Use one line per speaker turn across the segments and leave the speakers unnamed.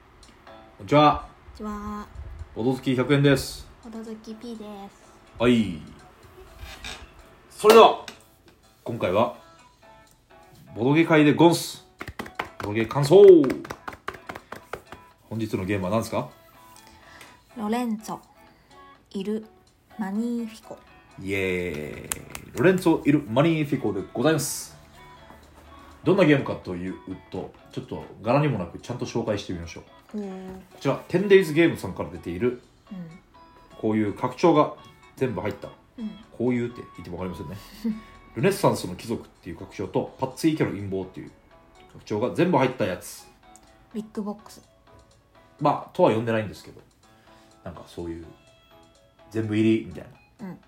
にちは
こんにちは、
おどずき100円です
ほどずき P です。
はいそれでは今回はボドゲ会でゴンスボドゲ感想本日のゲームは何ですか
ロレンツォ、いる、マニーフィコ。
イエーイロレンツォ・イル・マニーフィコでございますどんなゲームかというとちょっと柄にもなくちゃんと紹介してみましょうこ
おうん。
ちら 10days ゲームさんから出ているこういう拡張が全部入った
うん。
こういうって言っても分かりませんね ルネッサンスの貴族っていう拡張とパッツンイケの陰謀っていう拡張が全部入ったやつ
ビッグボックス。
まあとは呼んでないんですけどなんかそういう全部入りみたいな、
うん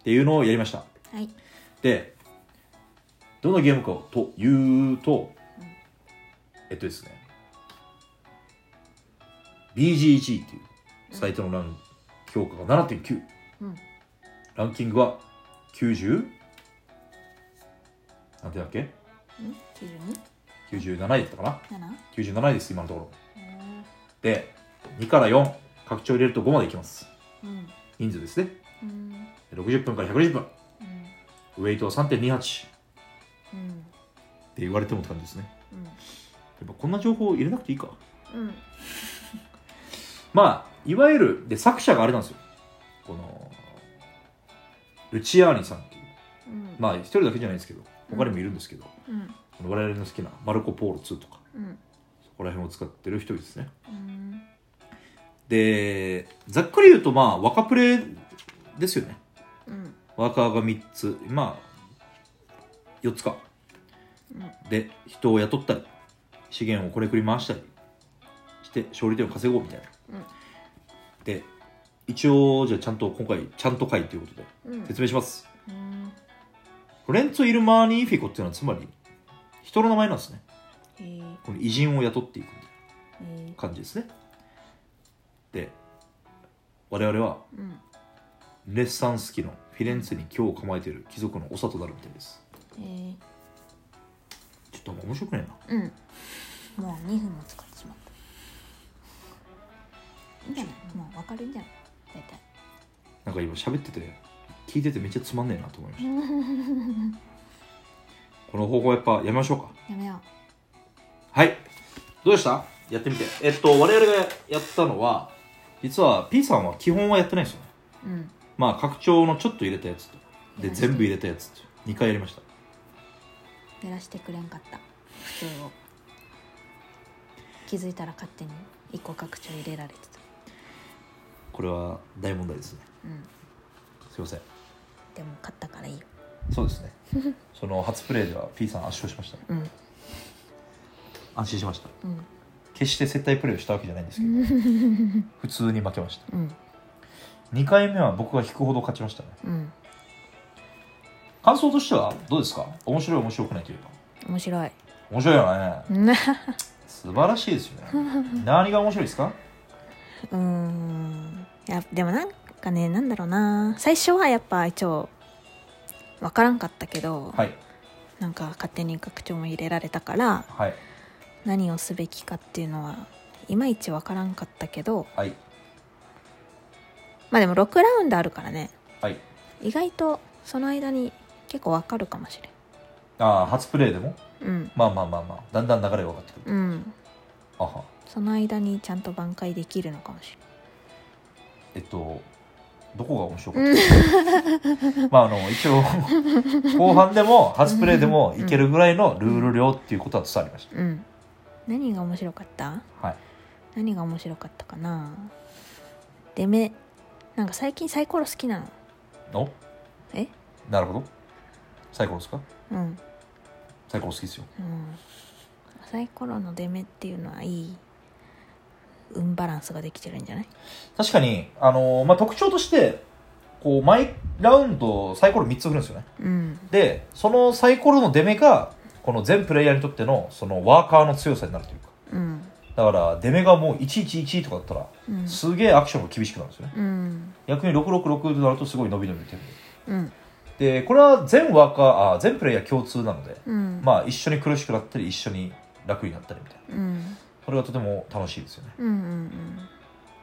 っていうのをやりました
はい。
でどんなゲームかというと、
うん
えっとですね BGG っていうサイトのラン、評価が7.9
うん。
ランキングは 90? なんてだっけ
九十二、
97位だったかな
七。
97位です今のところで2から4拡張入れると5までいきます
うん。
人数ですね
うん。
60分から120分
うん。
ウェイトは3.28っ
うん。
て言われてもって感じですね
うん。
やっぱこんな情報入れなくていいか
うん。
まあいわゆるで作者があれなんですよこのルチアーニさんっていう
うん。
まあ一人だけじゃないですけど他にもいるんですけど、
うん。
我々の好きなマルコ・ポーロ2とか
うん。
そこら辺を使ってる一人ですね
うん。
でざっくり言うとまあ若プレですよね
うん。
ワーカーが3つまあ4つか
うん。
で人を雇ったり資源をこれくり回したりして勝利点を稼ごうみたいな、
うん
で一応じゃあちゃんと今回ちゃんと会ということで
うん。
説明します、
うん。
フレンツォ・イルマーニーフィコっていうのはつまり人の名前なんですね
えー、
この偉人を雇っていくみたい
え
な感じですねで我々は
ー、うん。
レッサンス期のフィレンツェに今日構えている貴族の長となるみたいです
えー、
ちょっとあんま面白くないな
うん。もう二分も使ってしまった。いいんじゃない。もうわかるんじゃない。大体。
なんか今喋ってて聞いててめっちゃつまんねえなと思いましたこの方法やっぱやめましょうか
やめよ
はいどうでしたやってみてえっと我々がやったのは実は P さんは基本はやってないんですよね
う。うん。
まあ拡張のちょっと入れたやつとで
やりました
全部入れたやつと2回やりました
やらしてくれんかった普通を気づいたら勝手に一個拡張入れられてた
これは大問題ですね
うん
すいません
でも勝ったからいいよ
そう ですねその初プレイでは P さん圧勝しましたね
うん
安心しました
うん
決して接待プレーをしたわけじゃないんですけど 普通に負けました
うん
2回目は僕が引くほど勝ちましたね
うん
感想としてはどうですか面白い面白くないというか
面白 い
面白いよね素晴らしいです よね何が面白いですか
うんいやでもなんかねなんだろうな最初はやっぱ一応分からんかったけど、
はい
なんか勝手に拡張も入れられたから
はい
何をすべきかっていうのはいまいち分からんかったけど
はい
まあでも6ラウンドあるからね
はい
意外とその間に結構分かるかもしれん
ああ初プレイでも
うん
まあまあまあまあだんだん流れが分かってくる
うん
あは
その間にちゃんと挽回できるのかもし
えっとどこが面白か ったまああの一応後半でも初プレイでもいけるぐらいのルール量っていうことは伝わりまし
れないうん何が面白かった
たはい
何が面白かったかな出目なんか最近サイコロ好きなの
お
え
なるほどサイコロですか
うん、うん、
サイコロ好きですよ
サイコロの出目っていうのはいい運バランスができてるんじゃない
確かに、あのーまあ、特徴としてこう毎ラウンドサイコロ3つ振るんですよね
うん
でそのサイコロの出目がこの全プレイヤーにとってのそのワーカーの強さになるというか
うん
だから出目がもう111とかだったら
うん
すげえアクションが厳しくなるんですよね
うん
逆に666となるとすごい伸び伸びって
うん
でこれは全ワーカーあ全プレイヤー共通なので
うん
まあ一緒に苦しくなったり一緒に楽になったりみたいな
うん
それがとても楽しいですよね
うんうんうん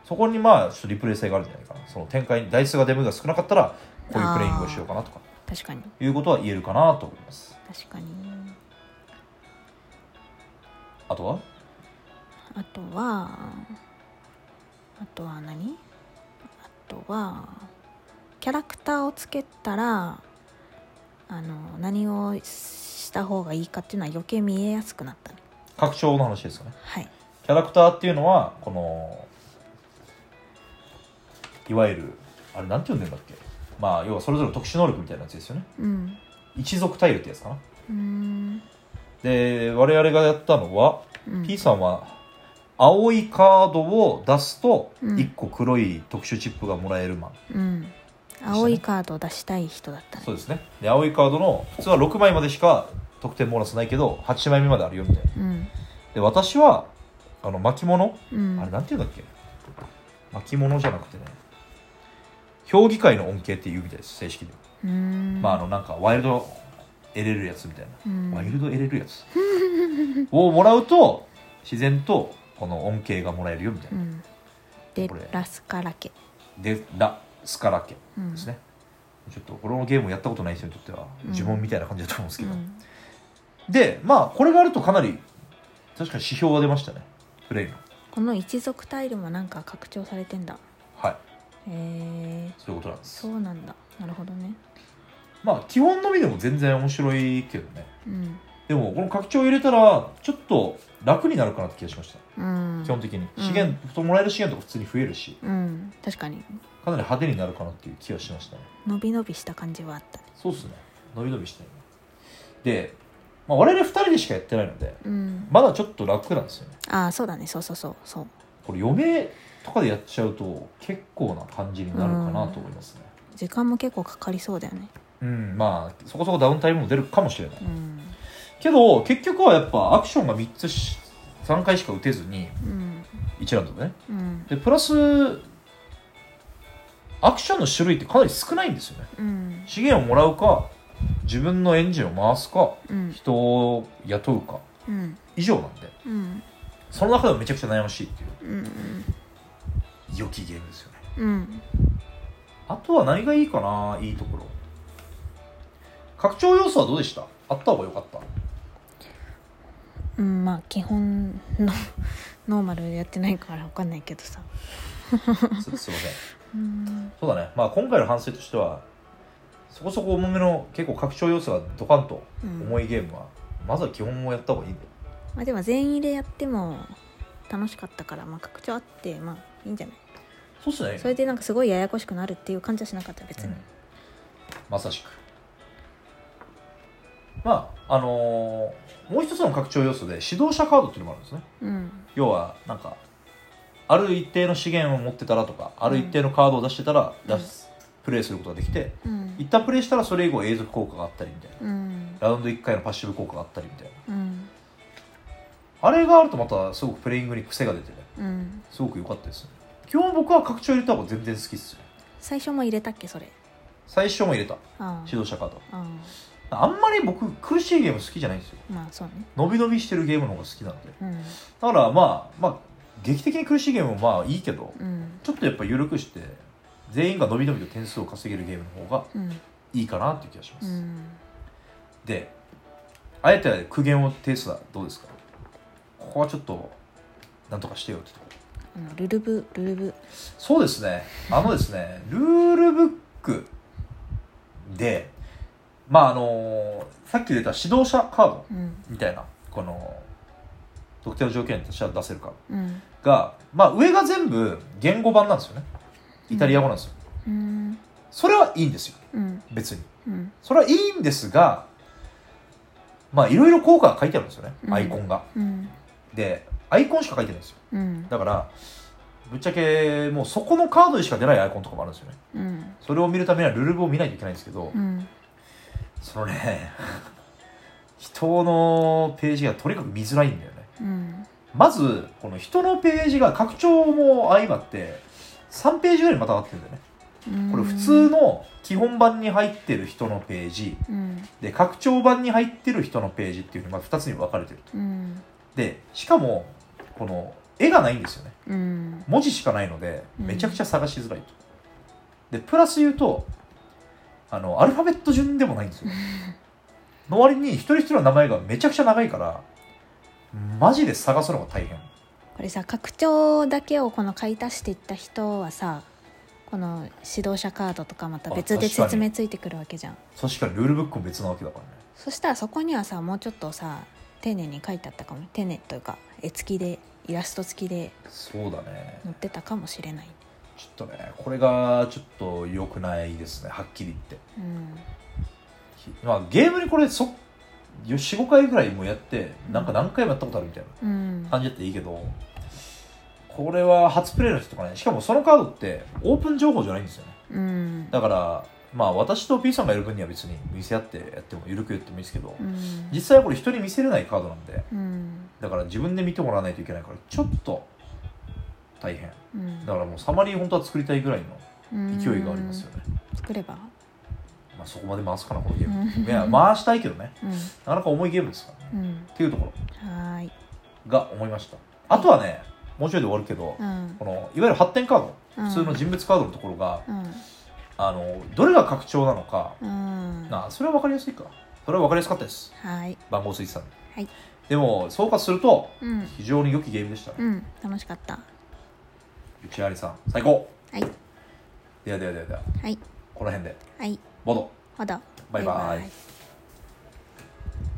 そこにまあちょっとリプレイ性があるんじゃないかなその展開に台数が出目が少なかったらこういうプレイングをしようかなとか
確かに
いうことは言えるかなと思います
確かに
あとは
あとはあとは何あとはキャラクターをつけたらあの何をした方がいいかっていうのは余計見えやすくなったね
拡張の話ですよね
はい
キャラクターっていうのはこのいわゆるあれなんて呼んでんだっけまあ要はそれぞれ特殊能力みたいなやつですよね
うん
一族タイルってやつかな
うーん
で我々がやったのは
うん
P さんは青いカードを出すと
うん
1個黒い特殊チップがもらえるマン、
うん青いカードを出したい人だったね
そうですねで青いカードの普通は6枚までしか得点ボーナスないけど8枚目まであるよみたいな
うん
で私はあの巻物、
うん
あれなんていうんだっけ巻物じゃなくてね評議会の恩恵っていうみたいです正式に、
うーん
まああのなんかワイルド得れるやつみたいな
うん
ワイルド得れるやつをもらうと自然とこの恩恵がもらえるよみたいうな、
んで
これ
ラスカラ家
でラ・スカラ家
うん
ですね、ちょっとこのゲームをやったことない人にとっては
うん
呪文みたいな感じだと思うんです
う
けど、
ん
でまあこれがあるとかなり確かに指標は出ましたねプレイの
この一族タイルもなんか拡張されてんだ
はい
へえ
そういうことなんです
そうなんだなるほどね
まあ基本のみでも全然面白いけどね
うん
でもこの拡張を入れたらちょっと楽になるかなって気がしました、
うん
基本的に
うん
資源、もらえる資源とか普通に増えるし
うん確かに
かなり派手になるかなっていう気がしましたね
伸び伸びした感じはあったね
そうっすね伸び伸びしてるで、まあ、我々2人でしかやってないので
うん
まだちょっと楽なんですよね
ああそうだねそうそうそうそう
これ余命とかでやっちゃうと結構な感じになるかなと思いますね
時間も結構かかりそうだよね
うん、まあそこそこダウンタイムも出るかもしれない
うん
けど結局はやっぱアクションが3つし3回しか打てずに
うん
1ラウンドでね
うん
でプラスアクションの種類ってかなり少ないんですよね
うん
資源をもらうか自分のエンジンを回すか
うん
人を雇うか
うん
以上なんで
うん
その中でもめちゃくちゃ悩ましいっていう
うん
良きゲームですよね
うん
あとは何がいいかないいところ拡張要素はどうでしたあった方が良かった
うんまあ基本のノーマルやってないからわかんないけどさ
すすいません
うん
そうだねまあ今回の反省としてはそこそこ重めの結構拡張要素がドカンと
うん
重いゲームは、まずは基本をやった方がいいね
まあでも全員でやっても楽しかったからまあ拡張あってまあいいんじゃない
そうっすね
それでなんかすごいややこしくなるっていう感じはしなかった別
う
に
ん、まさしくまああのーもう一つの拡張要素で指導者カードっていうのもあるんですね
うん
要はなんかある一定の資源を持ってたらとかある一定のカードを出してたら
うん
出す、プレイすることができて
うん
一旦プレイしたらそれ以後永続効果があったりみたいな
うん
ラウンド1回のパッシブ効果があったりみたいな
うん
あれがあるとまたすごくプレイングに癖が出てね
うん
すごく良かったですね基本僕は拡張入れた方が全然好きっすよ
最初も入れたっけそれ
最初も入れた
あ
指導者カード
ああ
あんまり僕苦しいゲーム好きじゃないんですよ
あまあそうね
伸び伸びしてるゲームの方が好きなんで
う
だ
ん
からまあまあ劇的に苦しいゲームもまあいいけど、
うん
ちょっとやっぱ緩くして全員が伸び伸びと点数を稼げるゲームの方が
うん
いいかなっていう気がしま
う
す、
ん
であえて苦言を呈すのはどうですかここはちょっとなんとかしてよってとこ
あのルルブルルブ
そうですねあのですね ルールブックでまああのさっき出た指導者カード
うん
みたいなこの特定の条件としては出せるか
うん
が、まあ、上が全部言語版なんですよねイタリア語なんですよ、
うん
それはいいんですよ
うん
別に
うん
それはいいんですがまあいろいろ効果が書いてあるんですよね、
うん
アイコンが
うん
でアイコンしか書いてないんですよ
うん
だからぶっちゃけもうそこのカードにしか出ないアイコンとかもあるんですよね
うん
それを見るためにはルールブを見ないといけないんですけど、
うん
そのね 人のページがとにかく見づらいんだよね
うん
まずこの人のページが拡張も相まって3ページぐらいにまたがってるんだよね
うん
これ普通の基本版に入ってる人のページ
うん
で拡張版に入ってる人のページっていうふうにまあ2つに分かれてると
うん
でしかもこの絵がないんですよね
うん
文字しかないので
うん
めちゃくちゃ探しづらいと、でプラス言うとあのアルファベット順でもないんです よの割に一人一人の名前がめちゃくちゃ長いからマジで探すのが大変
これさ拡張だけをこの買い足していった人はさこの指導者カードとかまた別で
あ確かに
説明ついてくるわけじゃん
確かにルールブックも別なわけだからね
そしたらそこにはさもうちょっとさ丁寧に書いてあったかも丁寧というか絵付きでイラスト付きで
そうだね
載ってたかもしれない、
ちょっとねこれがちょっと良くないですねはっきり言って
うん、
まあ、ゲームにこれそ45回ぐらいもうやってなんか何回もやったことあるみたいな
うん、
感じだったらいいけどこれは初プレイの人とかねしかもそのカードってオープン情報じゃないんですよね
うん、
だからまあ私と P さんがやる分には別に見せ合ってやっても緩くやってもいいですけど
うん
実際はこれ人に見せれないカードなんで
うん
だから自分で見てもらわないといけないからちょっと大変
うん
だからもうサマリー本当は作りたいぐらいの
うん
勢いがありますよね、
作れば、
まあ、そこまで回すかなこのゲーム、
うん
いや回したいけどね
う
なかなか重いゲームですからね
んう
っ
ん、
ていうところ
はーい、
が思いましたあとはねもうちょいで終わるけど、
うん
このいわゆる発展カード
うん、
普通の人物カードのところが、
うん
あのどれが拡張なのか、
うんは
なあそれは分かりやすいかそれは分かりやすかったです
ーい
番号ついてたんで、
はい
でも総括すると
うん
非常に良きゲームでした、
うん楽しかった
内張さん最高
はい
ではではではでは
はい
この辺で
はい
ボード
ほど
バイバイ
イ